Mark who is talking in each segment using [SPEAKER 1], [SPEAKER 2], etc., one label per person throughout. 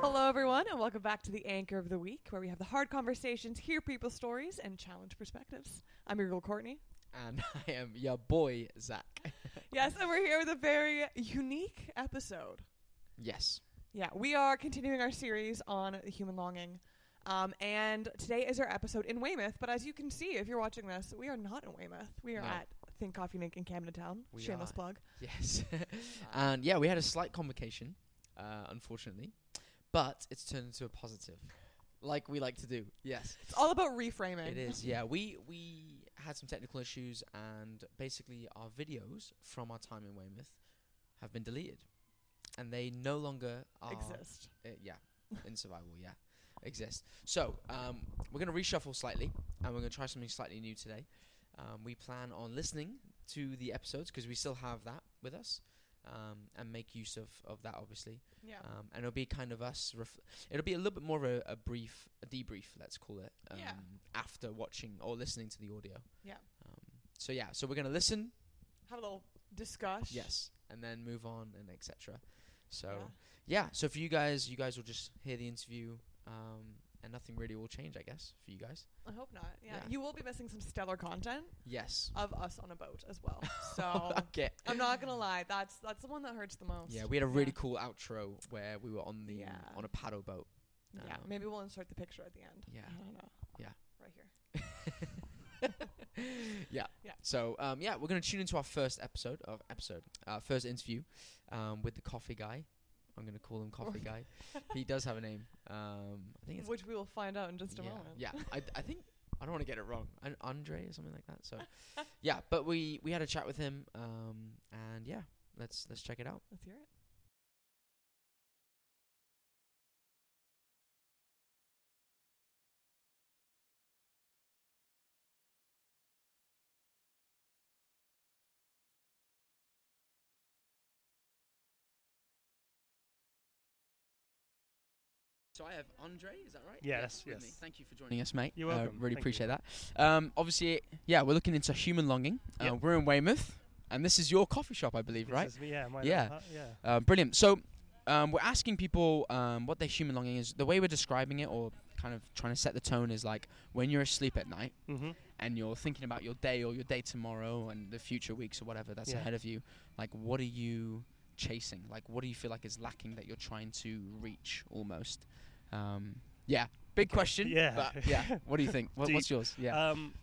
[SPEAKER 1] Hello, everyone, and welcome back to the Anchor of the Week, where we have the hard conversations, hear people's stories, and challenge perspectives. I'm your girl, Courtney.
[SPEAKER 2] And I am your boy, Zach.
[SPEAKER 1] Yes, and we're here with a very unique episode.
[SPEAKER 2] yes.
[SPEAKER 1] Yeah, we are continuing our series on the human longing. Um, and today is our episode in Weymouth. But as you can see, if you're watching this, we are not in Weymouth. We are
[SPEAKER 2] No.
[SPEAKER 1] at Think Coffee Nick in Camden Town.
[SPEAKER 2] We
[SPEAKER 1] Shameless
[SPEAKER 2] are.
[SPEAKER 1] plug.
[SPEAKER 2] Yes. and yeah, we had a slight complication, uh, unfortunately, but it's turned into a positive, like we like to do. Yes.
[SPEAKER 1] It's all about reframing.
[SPEAKER 2] It is. Yeah, we we had some technical issues, and basically our videos from our time in Weymouth have been deleted, and they no longer are,
[SPEAKER 1] Exist.
[SPEAKER 2] Uh, yeah, in survival. Yeah, exist. So um, we're gonna reshuffle slightly, and we're gonna try something slightly new today. Um, we plan on listening to the episodes because we still have that with us. Um, and make use of, of that obviously,
[SPEAKER 1] Yeah.
[SPEAKER 2] um, and it'll be kind of us. Ref- it'll be a little bit more of a, a brief, a debrief, let's call it, um,
[SPEAKER 1] Yeah.
[SPEAKER 2] after watching or listening to the audio.
[SPEAKER 1] Yeah.
[SPEAKER 2] Um, so yeah, so we're gonna listen,
[SPEAKER 1] Have a little discuss.
[SPEAKER 2] yes, and then move on and etc. So
[SPEAKER 1] Yeah.
[SPEAKER 2] yeah, so for you guys, you guys will just hear the interview, um, and nothing really will change, I guess, for you guys.
[SPEAKER 1] I hope not. yeah.
[SPEAKER 2] Yeah.
[SPEAKER 1] You will be missing some stellar content
[SPEAKER 2] Yes.
[SPEAKER 1] of us on a boat as well. So.
[SPEAKER 2] okay.
[SPEAKER 1] I'm not gonna lie, that's that's the one that hurts the most.
[SPEAKER 2] Yeah, we had a really cool outro where we were on the
[SPEAKER 1] Yeah.
[SPEAKER 2] on a paddle boat.
[SPEAKER 1] yeah.
[SPEAKER 2] um,
[SPEAKER 1] Maybe we'll insert the picture at the end.
[SPEAKER 2] Yeah.
[SPEAKER 1] I don't know.
[SPEAKER 2] Yeah.
[SPEAKER 1] right here.
[SPEAKER 2] yeah.
[SPEAKER 1] Yeah.
[SPEAKER 2] So um, yeah, we're gonna tune into our first episode of episode uh, first interview um, with the coffee guy. I'm gonna call him coffee guy. he does have a name. Um, I think it's
[SPEAKER 1] Which we will find out in just a
[SPEAKER 2] yeah,
[SPEAKER 1] moment.
[SPEAKER 2] Yeah. I, I think I don't want to get it wrong. An Andre or something like that. So yeah, but we we had a chat with him. Um, and yeah, let's let's check it out.
[SPEAKER 1] Let's hear it.
[SPEAKER 2] So I have Andre, is that right?
[SPEAKER 3] Yes,
[SPEAKER 2] with
[SPEAKER 3] yes.
[SPEAKER 2] me. Thank you for joining us, mate.
[SPEAKER 3] You're
[SPEAKER 2] Uh,
[SPEAKER 3] welcome.
[SPEAKER 2] really
[SPEAKER 3] Thank
[SPEAKER 2] appreciate that. Um, obviously, yeah, we're looking into human longing. Uh,
[SPEAKER 3] Yep.
[SPEAKER 2] We're in Weymouth, and this is your coffee shop, I believe,
[SPEAKER 3] This
[SPEAKER 2] right?
[SPEAKER 3] is me, yeah, my
[SPEAKER 2] Yeah.
[SPEAKER 3] little hut, yeah.
[SPEAKER 2] Uh, brilliant. So um, we're asking people um, what their human longing is. The way we're describing it, or kind of trying to set the tone, is like when you're asleep at night
[SPEAKER 3] Mm-hmm.
[SPEAKER 2] and you're thinking about your day or your day tomorrow and the future weeks or whatever that's
[SPEAKER 3] Yeah.
[SPEAKER 2] ahead of you. Like, what are you chasing? Like, what do you feel like is lacking that you're trying to reach almost? Um, yeah, big question.
[SPEAKER 3] Yeah.
[SPEAKER 2] but yeah. What do you think? What,
[SPEAKER 3] Deep.
[SPEAKER 2] what's yours? Yeah.
[SPEAKER 3] Um,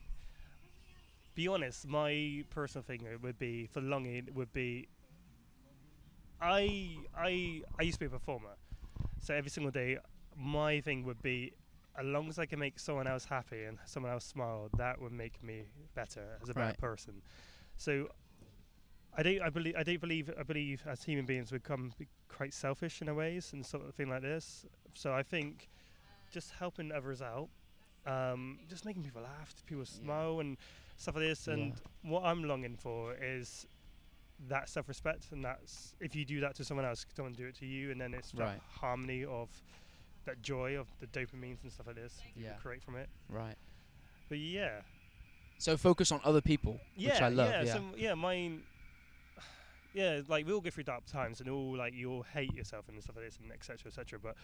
[SPEAKER 3] be honest, my personal thing it would be for longing would be. I I I used to be a performer, so every single day, my thing would be, as long as I can make someone else happy and someone else smile, that would make me better as a better
[SPEAKER 2] Right.
[SPEAKER 3] person. So. I don't. I believe. I don't believe. I believe as human beings, we become quite selfish in a ways and sort of thing like this. So I think just helping others out, um, just making people laugh, people smile, and stuff like this. And what I'm longing for is that self-respect, and that's if you do that to someone else, don't do it to you, and then it's
[SPEAKER 2] Right.
[SPEAKER 3] that harmony of that joy of the dopamines and stuff like this you
[SPEAKER 2] Yeah.
[SPEAKER 3] create from it.
[SPEAKER 2] right.
[SPEAKER 3] But yeah,
[SPEAKER 2] So focus on other people,
[SPEAKER 3] yeah,
[SPEAKER 2] which I love.
[SPEAKER 3] yeah,
[SPEAKER 2] Yeah.
[SPEAKER 3] Some, yeah, mine. Yeah, like we all go through dark times, and all like you all hate yourself and stuff like this, and etc. Cetera, etc. But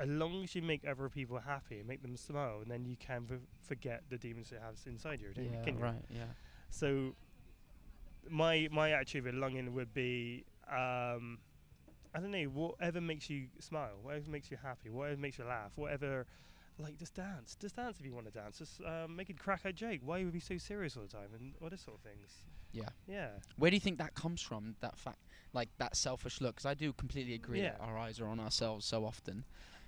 [SPEAKER 3] as long as you make other people happy and make them smile, then you can f- forget the demons that have inside you. don't you?
[SPEAKER 2] Yeah,
[SPEAKER 3] Can you?
[SPEAKER 2] right. Yeah.
[SPEAKER 3] So my my actually with longing would be um, I don't know whatever makes you smile, whatever makes you happy, whatever makes you laugh, whatever. Like just dance, just dance if you want to dance. Just um, make a crack a joke. Why are we so serious all the time and all this sort of things?
[SPEAKER 2] Yeah.
[SPEAKER 3] Yeah.
[SPEAKER 2] Where do you think that comes from? That fact, like that selfish look, because I do completely agree. that
[SPEAKER 3] Yeah.
[SPEAKER 2] Our eyes are on ourselves so often.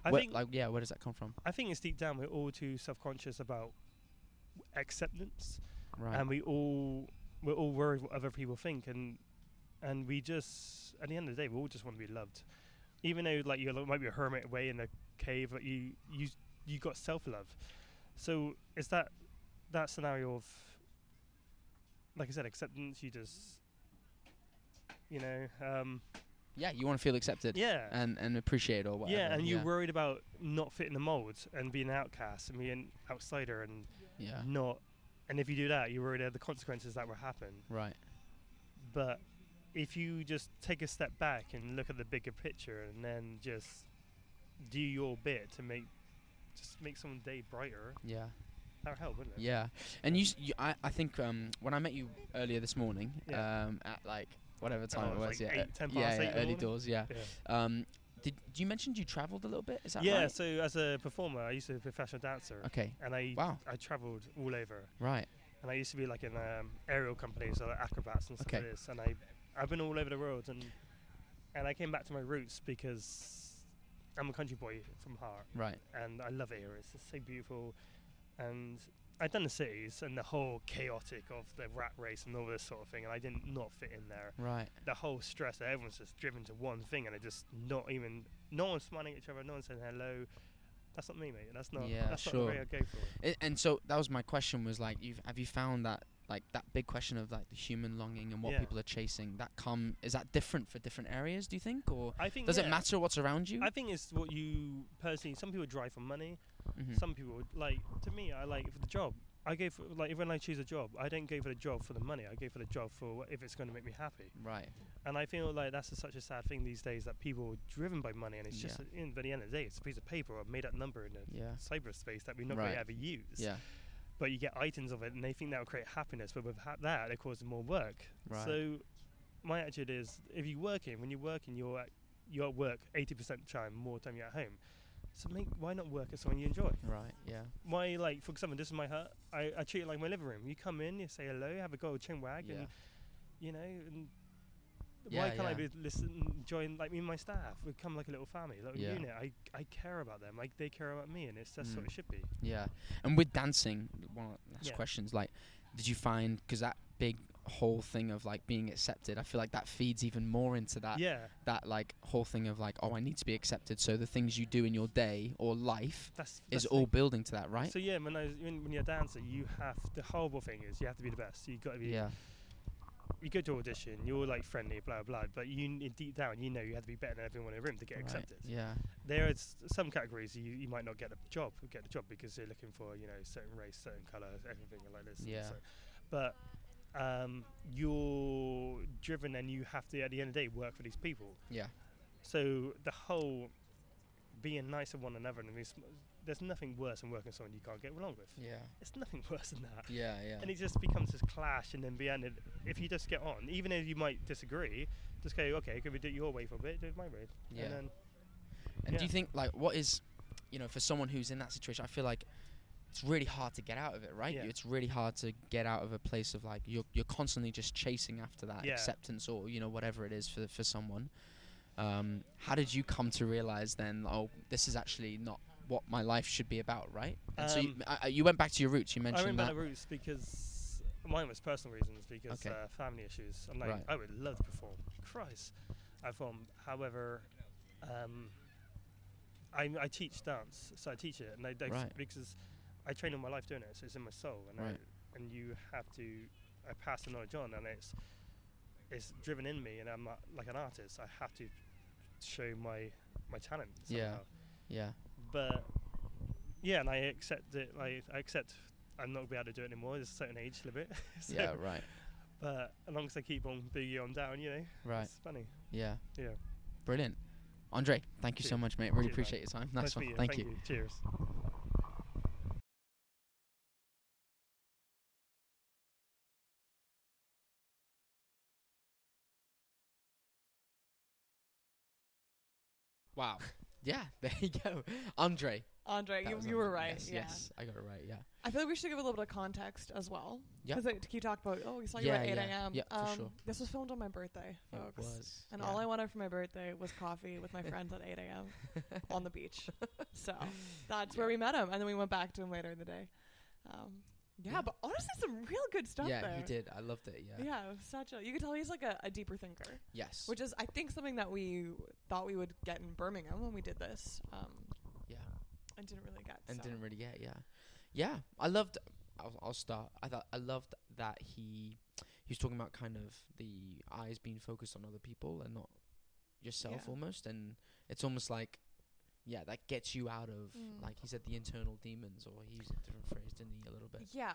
[SPEAKER 3] I
[SPEAKER 2] Where-
[SPEAKER 3] think
[SPEAKER 2] like, yeah, where does that come from?
[SPEAKER 3] I think it's deep down we're all too self-conscious about acceptance,
[SPEAKER 2] Right.
[SPEAKER 3] and we all we're all worried what other people think, and and we just at the end of the day we all just want to be loved, even though like you might be a hermit away in a cave, but you you you got self-love, so it's that that scenario of like I said acceptance. You just you know um,
[SPEAKER 2] yeah, you want to feel accepted
[SPEAKER 3] yeah
[SPEAKER 2] and and appreciated or Uh, whatever.
[SPEAKER 3] yeah, and
[SPEAKER 2] yeah.
[SPEAKER 3] you're worried about not fitting the mold and being an outcast and being an outsider and
[SPEAKER 2] Yeah.
[SPEAKER 3] not. And if you do that, you're worried of the consequences that will happen.
[SPEAKER 2] Right.
[SPEAKER 3] But if you just take a step back and look at the bigger picture and then just do your bit to make just make someone's day brighter.
[SPEAKER 2] Yeah.
[SPEAKER 3] That would help, wouldn't it?
[SPEAKER 2] Yeah, and you, s- you I, I think um, when I met you earlier this morning,
[SPEAKER 3] Yeah.
[SPEAKER 2] um, at like whatever time
[SPEAKER 3] it
[SPEAKER 2] it
[SPEAKER 3] was
[SPEAKER 2] was,
[SPEAKER 3] like
[SPEAKER 2] yeah, uh,
[SPEAKER 3] eight, ten
[SPEAKER 2] yeah,
[SPEAKER 3] past
[SPEAKER 2] yeah,
[SPEAKER 3] eight in the
[SPEAKER 2] early
[SPEAKER 3] morning.
[SPEAKER 2] doors, yeah.
[SPEAKER 3] Yeah.
[SPEAKER 2] Um, did, you mentioned you travelled a little bit? Is that
[SPEAKER 3] Yeah,
[SPEAKER 2] right?
[SPEAKER 3] so as a performer, I used to be a professional dancer,
[SPEAKER 2] Okay.
[SPEAKER 3] and I
[SPEAKER 2] Wow.
[SPEAKER 3] I travelled all over,
[SPEAKER 2] Right.
[SPEAKER 3] and I used to be like in um, aerial companies, so like acrobats and stuff
[SPEAKER 2] Okay.
[SPEAKER 3] like this, and I I've been all over the world, and and I came back to my roots because I'm a country boy from heart,
[SPEAKER 2] Right.
[SPEAKER 3] and I love it here. It's just so beautiful, and I'd done the cities and the whole chaotic of the rat race and all this sort of thing, and I didn't not fit in there.
[SPEAKER 2] Right.
[SPEAKER 3] The whole stress that everyone's just driven to one thing, and they're just not even no one's smiling at each other, no one's saying hello. That's not me, mate. That's not.
[SPEAKER 2] Yeah,
[SPEAKER 3] that's
[SPEAKER 2] sure.
[SPEAKER 3] not the way I go for it.
[SPEAKER 2] I and so that was my question. Was like, you've have you found that like that big question of like the human longing and what
[SPEAKER 3] Yeah.
[SPEAKER 2] people are chasing? That come is that different for different areas? Do you think, or
[SPEAKER 3] I think
[SPEAKER 2] does it
[SPEAKER 3] yeah,
[SPEAKER 2] matter what's around you?
[SPEAKER 3] I think it's what you personally. Some people drive for money.
[SPEAKER 2] Mhm.
[SPEAKER 3] Some people would- like. To me, I like for the job. I go for like when I choose a job, I don't go for the job for the money. I go for the job for wh- if it's going to make me happy.
[SPEAKER 2] Right.
[SPEAKER 3] And I feel like that's a, such a sad thing these days that people are driven by money, and it's just a, in, by the end of the day, it's a piece of paper or a made-up number in the
[SPEAKER 2] Yeah.
[SPEAKER 3] cyberspace that we not
[SPEAKER 2] Right.
[SPEAKER 3] really ever use.
[SPEAKER 2] Yeah.
[SPEAKER 3] But you get items of it, and they think that will create happiness, but with ha- that, they're causing more work.
[SPEAKER 2] Right.
[SPEAKER 3] So my attitude is, if you're working, when you're working, you're at, you're at work 80% time, more time you're at home. So make, why not work at something you enjoy?
[SPEAKER 2] Right. Yeah.
[SPEAKER 3] Why, like, for example, this is my hut. I, I treat it like my living room. You come in, you say hello, have a go at chin wag,
[SPEAKER 2] Yeah.
[SPEAKER 3] and, you know, and
[SPEAKER 2] Yeah,
[SPEAKER 3] why can't I
[SPEAKER 2] yeah.
[SPEAKER 3] be listen, join, like, me and my staff? We come like a little family, a little
[SPEAKER 2] Yeah.
[SPEAKER 3] unit. I, I care about them. Like, they care about me, and it's that's what
[SPEAKER 2] Mm.
[SPEAKER 3] it should be.
[SPEAKER 2] Yeah, and with dancing, one of the last
[SPEAKER 3] Yeah.
[SPEAKER 2] questions like, did you find because that big whole thing of like being accepted, I feel like that feeds even more into that
[SPEAKER 3] yeah,
[SPEAKER 2] that like whole thing of like, oh, I need to be accepted. So the things you do in your day or life
[SPEAKER 3] that's,
[SPEAKER 2] is
[SPEAKER 3] that's the
[SPEAKER 2] all building to that, right?
[SPEAKER 3] So yeah, when, I was, when, when you're a dancer, you have the horrible thing is you have to be the best. You got to be.
[SPEAKER 2] yeah,
[SPEAKER 3] You go to audition, you're like friendly, blah blah. But you in deep down, you know you have to be better than everyone in the room to get
[SPEAKER 2] right,
[SPEAKER 3] accepted.
[SPEAKER 2] Yeah,
[SPEAKER 3] There are s- some categories you, you might not get the job, get the job because they're looking for you know certain race, certain color, everything like this.
[SPEAKER 2] Yeah.
[SPEAKER 3] So, but um, you're driven and you have to at the end of the day work for these people.
[SPEAKER 2] yeah,
[SPEAKER 3] So the whole being nice to one another and this, there's nothing worse than working with someone you can't get along with.
[SPEAKER 2] yeah,
[SPEAKER 3] There's nothing worse than that
[SPEAKER 2] yeah, yeah.
[SPEAKER 3] and it just becomes this clash and then beyond it if you just get on even though you might disagree just go okay can we do it your way for a bit do it my way
[SPEAKER 2] Yeah.
[SPEAKER 3] and then
[SPEAKER 2] And do
[SPEAKER 3] Yeah.
[SPEAKER 2] you think like what is, you know, for someone who's in that situation, I feel like it's really hard to get out of it, right?
[SPEAKER 3] Yeah.
[SPEAKER 2] It's really hard to get out of a place of like you're you're constantly just chasing after that
[SPEAKER 3] Yeah.
[SPEAKER 2] acceptance or you know whatever it is for for someone. Um, how did you come to realize then? Oh, this is actually not what my life should be about, right? And so you,
[SPEAKER 3] Um,
[SPEAKER 2] I, I- you went back to your roots. You
[SPEAKER 3] i
[SPEAKER 2] mentioned
[SPEAKER 3] remember
[SPEAKER 2] that.
[SPEAKER 3] the roots because mine was personal reasons because
[SPEAKER 2] Okay.
[SPEAKER 3] uh, family issues i'm like
[SPEAKER 2] Right.
[SPEAKER 3] i would love to perform christ i perform however um, I, I teach dance so i teach it and i don't
[SPEAKER 2] Right.
[SPEAKER 3] because i train all my life doing it so it's in my soul and
[SPEAKER 2] Right.
[SPEAKER 3] I, and you have to i pass the knowledge on and it's it's driven in me and i'm uh, like an artist i have to show my my talent somehow.
[SPEAKER 2] Yeah. Yeah,
[SPEAKER 3] but yeah and i accept it like i accept i'm not gonna be able to do it anymore there's a certain age limit so,
[SPEAKER 2] yeah, right,
[SPEAKER 3] but as long as i keep on boogie on down you know
[SPEAKER 2] right,
[SPEAKER 3] it's funny
[SPEAKER 2] yeah,
[SPEAKER 3] yeah
[SPEAKER 2] brilliant. Andre, thank you so
[SPEAKER 3] Cheers.
[SPEAKER 2] much, mate. Really
[SPEAKER 3] Cheers, mate.
[SPEAKER 2] appreciate your time. Nice,
[SPEAKER 3] to
[SPEAKER 2] one.
[SPEAKER 3] meet you.
[SPEAKER 2] Thank, you.
[SPEAKER 3] you cheers
[SPEAKER 2] Wow. Yeah, there you go. Andre.
[SPEAKER 1] Andre,
[SPEAKER 2] That
[SPEAKER 1] you,
[SPEAKER 2] was
[SPEAKER 1] you were
[SPEAKER 2] Andre.
[SPEAKER 1] right.
[SPEAKER 2] Yes,
[SPEAKER 1] yeah.
[SPEAKER 2] yes, I got it right. Yeah.
[SPEAKER 1] I feel like we should give a little bit of context as well.
[SPEAKER 2] Yeah.
[SPEAKER 1] Because you talked about, oh, we saw you at
[SPEAKER 2] Yeah,
[SPEAKER 1] 8
[SPEAKER 2] yeah.
[SPEAKER 1] a.m.
[SPEAKER 2] Yeah, for
[SPEAKER 1] um,
[SPEAKER 2] sure.
[SPEAKER 1] This was filmed on my birthday, folks.
[SPEAKER 2] It was.
[SPEAKER 1] And
[SPEAKER 2] yeah.
[SPEAKER 1] all I wanted for my birthday was coffee with my friends at 8 a.m. on the beach. So that's where we met him. And then we went back to him later in the day. Um, yeah,
[SPEAKER 2] Yeah.
[SPEAKER 1] but honestly, some real good stuff
[SPEAKER 2] Yeah,
[SPEAKER 1] there.
[SPEAKER 2] he did. I loved it. Yeah.
[SPEAKER 1] Yeah. such a. You can tell he's like a, a deeper thinker,
[SPEAKER 2] Yes.
[SPEAKER 1] which is, I think, something that we thought we would get in Birmingham when we did this. Um,
[SPEAKER 2] Yeah.
[SPEAKER 1] And didn't really get.
[SPEAKER 2] and
[SPEAKER 1] so.
[SPEAKER 2] didn't really get. Yeah. Yeah. I loved. I'll, I'll start. I thought I loved that he he was talking about kind of the eyes being focused on other people and not yourself
[SPEAKER 1] Yeah.
[SPEAKER 2] almost, and it's almost like. Yeah, that gets you out of
[SPEAKER 1] Mm.
[SPEAKER 2] like he said the internal demons, or he used a different phrase, didn't he? A little bit.
[SPEAKER 1] Yeah,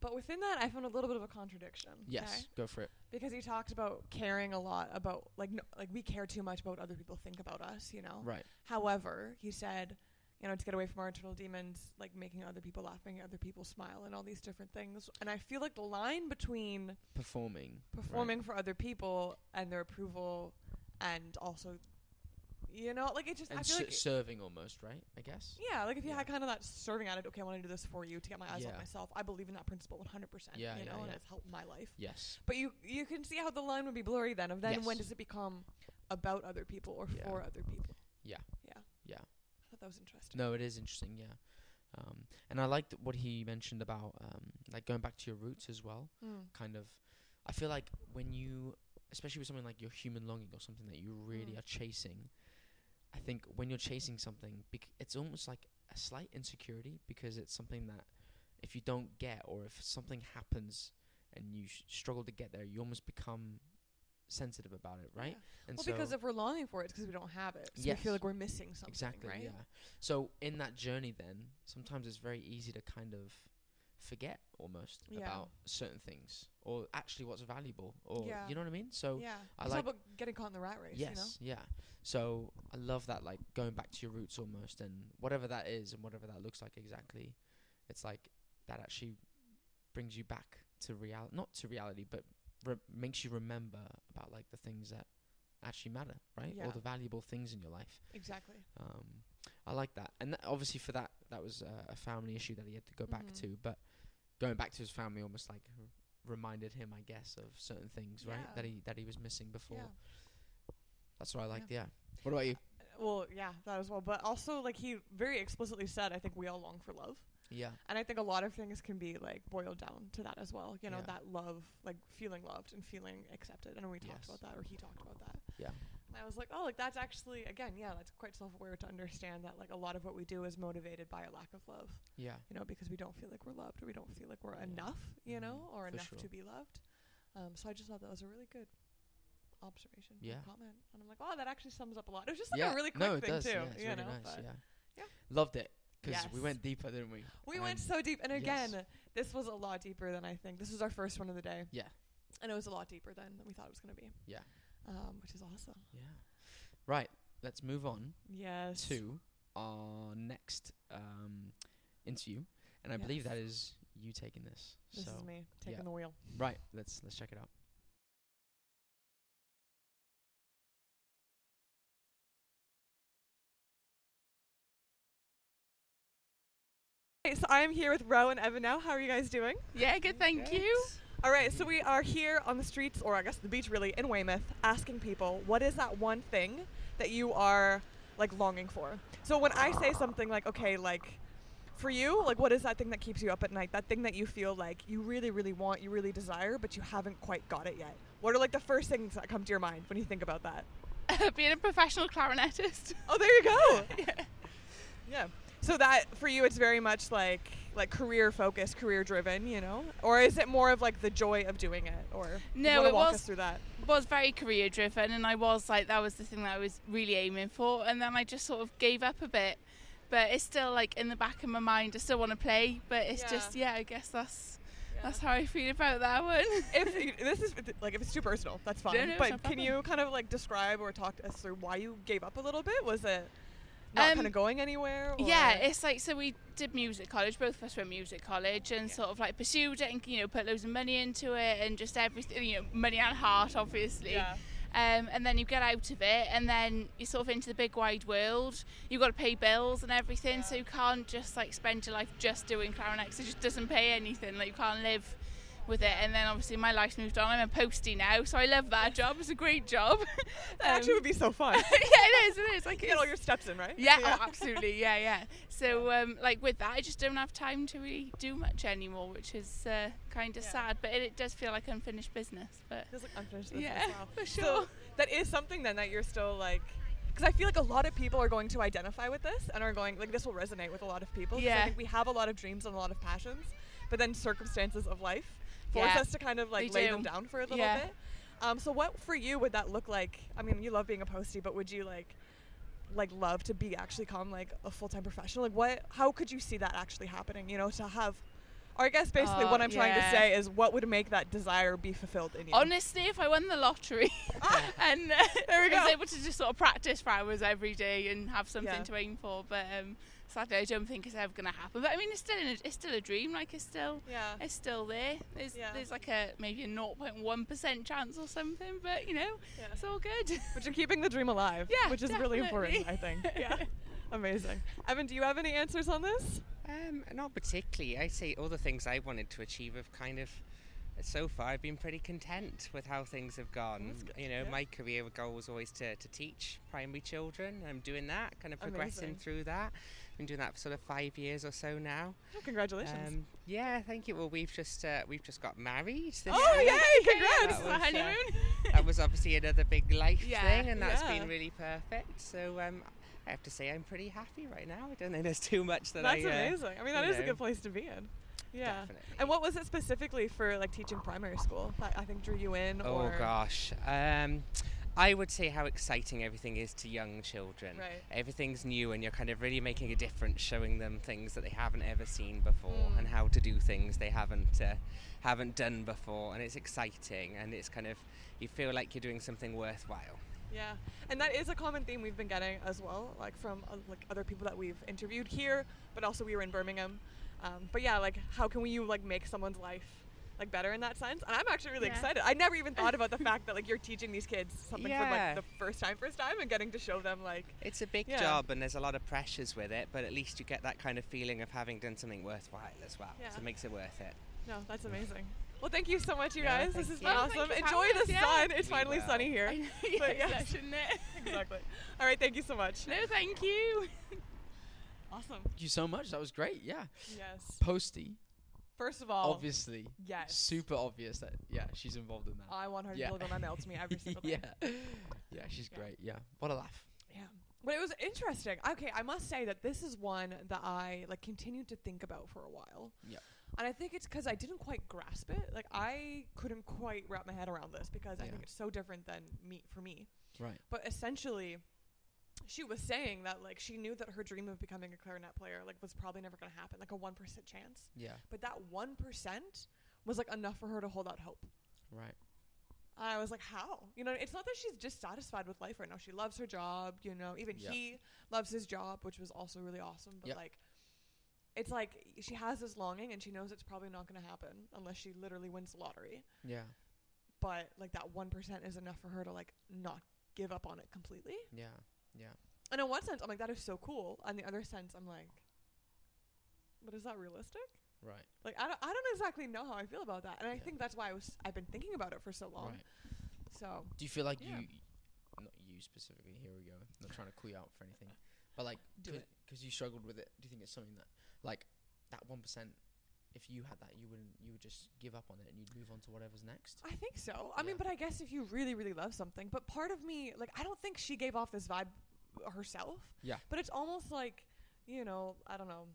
[SPEAKER 1] But within that, I found a little bit of a contradiction.
[SPEAKER 2] Yes,
[SPEAKER 1] okay?
[SPEAKER 2] go for it.
[SPEAKER 1] Because he talked about caring a lot about, like, no, like we care too much about what other people think about us, you know?
[SPEAKER 2] Right.
[SPEAKER 1] However, he said, you know, to get away from our internal demons, like making other people laugh, making other people smile, and all these different things. And I feel like the line between
[SPEAKER 2] Performing. right.
[SPEAKER 1] performing for other people and their approval, and also, you know, like it just, I
[SPEAKER 2] and
[SPEAKER 1] feel
[SPEAKER 2] ser-
[SPEAKER 1] like,
[SPEAKER 2] serving almost, right? I guess.
[SPEAKER 1] yeah, like if you
[SPEAKER 2] yeah.
[SPEAKER 1] had kind of that serving attitude, okay, I want to do this for you to get my eyes off
[SPEAKER 2] Yeah.
[SPEAKER 1] myself. I believe in that principle 100%,
[SPEAKER 2] Yeah,
[SPEAKER 1] you
[SPEAKER 2] yeah,
[SPEAKER 1] know, and
[SPEAKER 2] yeah.
[SPEAKER 1] it's helped my life.
[SPEAKER 2] Yes.
[SPEAKER 1] But you you can see how the line would be blurry then. Of then when
[SPEAKER 2] Yes.
[SPEAKER 1] does it become about other people or
[SPEAKER 2] Yeah.
[SPEAKER 1] for other people?
[SPEAKER 2] Yeah.
[SPEAKER 1] Yeah.
[SPEAKER 2] Yeah.
[SPEAKER 1] I thought that was interesting.
[SPEAKER 2] No, it is interesting. Yeah. Um, and I liked what he mentioned about um, like going back to your roots as well.
[SPEAKER 1] Mm.
[SPEAKER 2] Kind of, I feel like when you, especially with something like your human longing or something that you really
[SPEAKER 1] Mm.
[SPEAKER 2] are chasing, I think when you're chasing something, bec- it's almost like a slight insecurity because it's something that if you don't get or if something happens and you sh- struggle to get there, you almost become sensitive about it, right?
[SPEAKER 1] Yeah.
[SPEAKER 2] And
[SPEAKER 1] Well, because
[SPEAKER 2] so-
[SPEAKER 1] if we're longing for it, it's because we don't have it. So we
[SPEAKER 2] Yes.
[SPEAKER 1] feel like we're missing something.
[SPEAKER 2] Exactly.
[SPEAKER 1] Right?
[SPEAKER 2] Yeah. So in that journey, then sometimes it's very easy to kind of forget almost
[SPEAKER 1] Yeah.
[SPEAKER 2] about certain things or actually what's valuable or
[SPEAKER 1] Yeah.
[SPEAKER 2] you know what I mean. So
[SPEAKER 1] Yeah.
[SPEAKER 2] I
[SPEAKER 1] it's
[SPEAKER 2] like-
[SPEAKER 1] all about getting caught in the rat race.
[SPEAKER 2] yes,
[SPEAKER 1] You know.
[SPEAKER 2] yeah. So I love that, like going back to your roots almost, and whatever that is and whatever that looks like exactly, it's like that actually brings you back to reality, not to reality, but re- makes you remember about like the things that actually matter, right? All
[SPEAKER 1] Yeah.
[SPEAKER 2] the valuable things in your life.
[SPEAKER 1] Exactly.
[SPEAKER 2] Um, I like that, and that, obviously for that, that was uh, a family issue that he had to go back
[SPEAKER 1] Mhm.
[SPEAKER 2] to. But going back to his family almost like r- reminded him, I guess, of certain things, right?
[SPEAKER 1] Yeah.
[SPEAKER 2] That he that he was missing before.
[SPEAKER 1] Yeah.
[SPEAKER 2] That's what I liked. Yeah. What about you?
[SPEAKER 1] Uh, Well, yeah, that as well. But also, like he very explicitly said, I think we all long for love,
[SPEAKER 2] Yeah.
[SPEAKER 1] and I think a lot of things can be like boiled down to that as well. You know,
[SPEAKER 2] Yeah.
[SPEAKER 1] that love, like feeling loved and feeling accepted. And we talked
[SPEAKER 2] Yes.
[SPEAKER 1] about that, or he talked about that.
[SPEAKER 2] Yeah.
[SPEAKER 1] And I was like, oh, like that's actually again, yeah, that's quite self-aware to understand that like a lot of what we do is motivated by a lack of love.
[SPEAKER 2] Yeah.
[SPEAKER 1] You know, because we don't feel like we're loved, or we don't feel like we're
[SPEAKER 2] Yeah.
[SPEAKER 1] enough. You
[SPEAKER 2] Mhm,
[SPEAKER 1] know, or
[SPEAKER 2] for
[SPEAKER 1] enough
[SPEAKER 2] sure.
[SPEAKER 1] to be loved. Um, so I just thought that was a really good observation, and
[SPEAKER 2] Yeah.
[SPEAKER 1] comment, and I'm like, oh, that actually sums up a lot. It was just like
[SPEAKER 2] yeah.
[SPEAKER 1] a really quick
[SPEAKER 2] no, it
[SPEAKER 1] thing
[SPEAKER 2] does.
[SPEAKER 1] too.
[SPEAKER 2] Yeah, it's
[SPEAKER 1] you
[SPEAKER 2] really
[SPEAKER 1] know,
[SPEAKER 2] nice.
[SPEAKER 1] but
[SPEAKER 2] Yeah.
[SPEAKER 1] Yeah.
[SPEAKER 2] Loved it because we
[SPEAKER 1] Yes.
[SPEAKER 2] went deeper, didn't we?
[SPEAKER 1] We went
[SPEAKER 2] And-
[SPEAKER 1] so deep, and
[SPEAKER 2] yes.
[SPEAKER 1] again, this was a lot deeper than I think. This was our first one of the day.
[SPEAKER 2] Yeah.
[SPEAKER 1] and it was a lot deeper than than we thought it was going to be.
[SPEAKER 2] Yeah.
[SPEAKER 1] um, which is awesome.
[SPEAKER 2] Yeah. Right. Let's move on
[SPEAKER 1] Yes.
[SPEAKER 2] to our next um, interview, and I
[SPEAKER 1] Yes.
[SPEAKER 2] believe that is you taking this.
[SPEAKER 1] This
[SPEAKER 2] so
[SPEAKER 1] is me taking
[SPEAKER 2] yeah.
[SPEAKER 1] the wheel.
[SPEAKER 2] right, let's let's check it out.
[SPEAKER 1] Okay, so I am here with Ro and Evan now. How are you guys doing?
[SPEAKER 4] Yeah, good, thank you.
[SPEAKER 1] All right, so we are here on the streets, or I guess the beach really, in Weymouth, asking people what is that one thing that you are like longing for. So when I say something like, okay, like for you, like what is that thing that keeps you up at night? That thing that you feel like you really, really want, you really desire, but you haven't quite got it yet. What are like the first things that come to your mind when you think about that?
[SPEAKER 4] Being a professional clarinetist.
[SPEAKER 1] Oh, there you go.
[SPEAKER 4] yeah.
[SPEAKER 1] yeah. So that for you, it's very much like like career focused, career driven, you know, or is it more of like the joy of doing it? Or you
[SPEAKER 4] No,
[SPEAKER 1] wanna
[SPEAKER 4] it
[SPEAKER 1] walk
[SPEAKER 4] was-
[SPEAKER 1] us through that.
[SPEAKER 4] Was very career driven, and I was like, that was the thing that I was really aiming for, and then I just sort of gave up a bit. But it's still like in the back of my mind. I still want to play, but it's
[SPEAKER 1] Yeah.
[SPEAKER 4] just yeah. I guess that's that's how I feel about that one.
[SPEAKER 1] if you- this is like if it's too personal, that's fine.
[SPEAKER 4] No, no, it's
[SPEAKER 1] but
[SPEAKER 4] not
[SPEAKER 1] can
[SPEAKER 4] problem.
[SPEAKER 1] you kind of like describe or talk to us through why you gave up a little bit? Was it not
[SPEAKER 4] Um,
[SPEAKER 1] kind of going anywhere? Or?
[SPEAKER 4] Yeah, it's like so we did music college. Both of us were in music college, and sort of like pursued it, and you know, put loads of money into it, and just everything, you know, money and heart, obviously.
[SPEAKER 1] yeah,
[SPEAKER 4] Um, and then you get out of it, and then you're sort of into the big wide world. You've got to pay bills and everything, so you can't just like spend your life just doing clarinet 'cause it just doesn't pay anything. Like you can't live with it. And then obviously my life's moved on. I'm a postie now, so I love that job. It's a great job.
[SPEAKER 1] that actually
[SPEAKER 4] Um,
[SPEAKER 1] would be so fun.
[SPEAKER 4] yeah, it is. It is. Like
[SPEAKER 1] you get all
[SPEAKER 4] it's-
[SPEAKER 1] your steps in, right?
[SPEAKER 4] yeah, oh, absolutely. Yeah, yeah. So, um, like with that, I just don't have time to really do much anymore, which is uh, kind of
[SPEAKER 1] Yeah.
[SPEAKER 4] sad. But it, it does feel like unfinished business. But
[SPEAKER 1] There's like unfinished business.
[SPEAKER 4] yeah,
[SPEAKER 1] wow.
[SPEAKER 4] for
[SPEAKER 1] So
[SPEAKER 4] sure.
[SPEAKER 1] that is something then that you're still like. Because I feel like a lot of people are going to identify with this and are going like this will resonate with a lot of people. 'cause I
[SPEAKER 4] Yeah.
[SPEAKER 1] think we have a lot of dreams and a lot of passions, but then circumstances of life force
[SPEAKER 4] Yeah.
[SPEAKER 1] us to kind of like
[SPEAKER 4] They
[SPEAKER 1] lay them
[SPEAKER 4] do.
[SPEAKER 1] down for a little
[SPEAKER 4] Yeah.
[SPEAKER 1] bit. Um, so what for you would that look like? I mean, you love being a postie, but would you like like love to be actually come like a full time professional? Like what? How could you see that actually happening? You know, to have Or I guess basically what
[SPEAKER 4] Oh,
[SPEAKER 1] I'm trying to
[SPEAKER 4] yeah.
[SPEAKER 1] say is what would make that desire be fulfilled in you?
[SPEAKER 4] Honestly, if I won the lottery and uh,
[SPEAKER 1] Ah. There we
[SPEAKER 4] I was
[SPEAKER 1] go.
[SPEAKER 4] able to just sort of practice for hours every day and have something
[SPEAKER 1] Yeah.
[SPEAKER 4] to aim for, but um, sadly I don't think it's ever going to happen. But I mean, it's still in a, it's still a dream. Like it's still
[SPEAKER 1] Yeah.
[SPEAKER 4] it's still there. There's
[SPEAKER 1] Yeah.
[SPEAKER 4] there's like a maybe a 0.1 percent chance or something, but you know
[SPEAKER 1] Yeah.
[SPEAKER 4] it's all good.
[SPEAKER 1] But you're keeping the dream alive,
[SPEAKER 4] Yeah,
[SPEAKER 1] which is really important, I
[SPEAKER 4] definitely.
[SPEAKER 1] think. Yeah. Amazing. Evan, do you have any answers on this?
[SPEAKER 5] Um, not particularly. I'd say all the things I wanted to achieve have kind of, so far, I've been pretty content with how things have gone.
[SPEAKER 1] good,
[SPEAKER 5] You know,
[SPEAKER 1] yeah.
[SPEAKER 5] my career goal was always to, to teach primary children. I'm doing that, kind of progressing
[SPEAKER 1] Amazing.
[SPEAKER 5] through that. Been doing that for sort of five years or so now.
[SPEAKER 1] Oh, congratulations.
[SPEAKER 5] Um, yeah, thank you. Well, we've just uh, we've just got married. This
[SPEAKER 1] oh,
[SPEAKER 5] year.
[SPEAKER 1] yay!
[SPEAKER 5] That
[SPEAKER 1] Congrats!
[SPEAKER 5] was, uh,
[SPEAKER 4] honeymoon.
[SPEAKER 5] that was obviously another big life
[SPEAKER 4] Yeah,
[SPEAKER 5] thing, and that's
[SPEAKER 1] yeah.
[SPEAKER 5] been really perfect. So um, I have to say, I'm pretty happy right now. I don't think there's too much that I.
[SPEAKER 1] That's
[SPEAKER 5] uh,
[SPEAKER 1] amazing. I mean, that
[SPEAKER 5] you
[SPEAKER 1] is a
[SPEAKER 5] know,
[SPEAKER 1] good place to be in. Yeah.
[SPEAKER 5] Definitely.
[SPEAKER 1] And what was it specifically for like teaching primary school that I think drew you in?
[SPEAKER 5] Oh
[SPEAKER 1] or
[SPEAKER 5] gosh. Um, I would say how exciting everything is to young children.
[SPEAKER 1] Right.
[SPEAKER 5] Everything's new, and you're kind of really making a difference, showing them things that they haven't ever seen before, and how to do things they haven't uh, haven't done before. And it's exciting, and it's kind of you feel like you're doing something worthwhile.
[SPEAKER 1] Yeah, and that is a common theme we've been getting as well, like from uh, like other people that we've interviewed here, but also we were in Birmingham. Um, but yeah, like how can we like make someone's life like better in that sense? And I'm actually really
[SPEAKER 4] Yeah.
[SPEAKER 1] excited. I never even thought about the fact that like you're teaching these kids something for like
[SPEAKER 5] Yeah.
[SPEAKER 1] the first time, first time, and getting to show them like
[SPEAKER 5] It's a big
[SPEAKER 1] Yeah.
[SPEAKER 5] job, and there's a lot of pressures with it, but at least you get that kind of feeling of having done something worthwhile as well.
[SPEAKER 1] Yeah.
[SPEAKER 5] So it makes it worth it.
[SPEAKER 1] no, that's amazing. Well, thank you so much, you
[SPEAKER 5] Yeah,
[SPEAKER 1] guys. This
[SPEAKER 5] thank
[SPEAKER 1] has
[SPEAKER 5] you.
[SPEAKER 1] been
[SPEAKER 4] Oh, thank
[SPEAKER 1] awesome.
[SPEAKER 4] you for
[SPEAKER 1] Enjoy
[SPEAKER 4] having us,
[SPEAKER 1] the
[SPEAKER 4] yeah.
[SPEAKER 1] sun. It's
[SPEAKER 5] We
[SPEAKER 1] finally
[SPEAKER 5] will.
[SPEAKER 1] sunny here.
[SPEAKER 4] I know,
[SPEAKER 1] But
[SPEAKER 4] yeah,
[SPEAKER 1] yes.
[SPEAKER 4] shouldn't it?
[SPEAKER 1] exactly. All right, thank you so much.
[SPEAKER 4] No, thank you.
[SPEAKER 1] Awesome.
[SPEAKER 2] Thank you so much. That was great. Yeah.
[SPEAKER 1] Yes.
[SPEAKER 2] Posty,
[SPEAKER 1] First of
[SPEAKER 2] Oh.
[SPEAKER 1] all,
[SPEAKER 2] obviously.
[SPEAKER 1] yes.
[SPEAKER 2] Super obvious that yeah, she's involved in that.
[SPEAKER 1] I want her to
[SPEAKER 2] Yeah.
[SPEAKER 1] deliver my mail to me every single day.
[SPEAKER 2] yeah. Yeah, she's
[SPEAKER 1] Yeah.
[SPEAKER 2] great. Yeah. What a laugh.
[SPEAKER 1] Yeah. But it was interesting. Okay, I must say that this is one that I like continued to think about for a while.
[SPEAKER 2] Yep.
[SPEAKER 1] And I think it's because I didn't quite grasp it. Like I couldn't quite wrap my head around this because I
[SPEAKER 2] Yeah.
[SPEAKER 1] think it's so different than me for me.
[SPEAKER 2] Right.
[SPEAKER 1] But essentially she was saying that like she knew that her dream of becoming a clarinet player like was probably never going to happen, like a 1% chance.
[SPEAKER 2] Yeah.
[SPEAKER 1] But that 1% was like enough for her to hold out hope.
[SPEAKER 2] Right.
[SPEAKER 1] And I was like, how? You know, it's not that she's dissatisfied with life right now. She loves her job, you know, even
[SPEAKER 2] Yeah.
[SPEAKER 1] he loves his job, which was also really awesome. But
[SPEAKER 2] Yep.
[SPEAKER 1] like, it's like she has this longing and she knows it's probably not going to happen unless she literally wins the lottery.
[SPEAKER 2] Yeah.
[SPEAKER 1] But like, that 1% is enough for her to like not give up on it completely.
[SPEAKER 2] Yeah.
[SPEAKER 1] And in one sense, I'm like, that is so cool. On the other sense, I'm like, but is that realistic?
[SPEAKER 2] Right.
[SPEAKER 1] Like, I don't, I don't exactly know how I feel about that. And I
[SPEAKER 2] Yeah.
[SPEAKER 1] think that's why I was, I've been thinking about it for so long.
[SPEAKER 2] Right.
[SPEAKER 1] So,
[SPEAKER 2] Do you feel like
[SPEAKER 1] Yeah.
[SPEAKER 2] you, not you specifically? Here we go. Not trying to clue you out for anything, but like,
[SPEAKER 1] Do it.
[SPEAKER 2] because you struggled with it. Do you think it's something that, like, that one percent? If you had that, you wouldn't. You would just give up on it and you'd move on to whatever's next.
[SPEAKER 1] I think so. I mean,
[SPEAKER 2] Yeah.
[SPEAKER 1] but I guess if you really, really love something, but part of me, like, I don't think she gave off this vibe herself.
[SPEAKER 2] Yeah.
[SPEAKER 1] But it's almost like, you know, I don't know,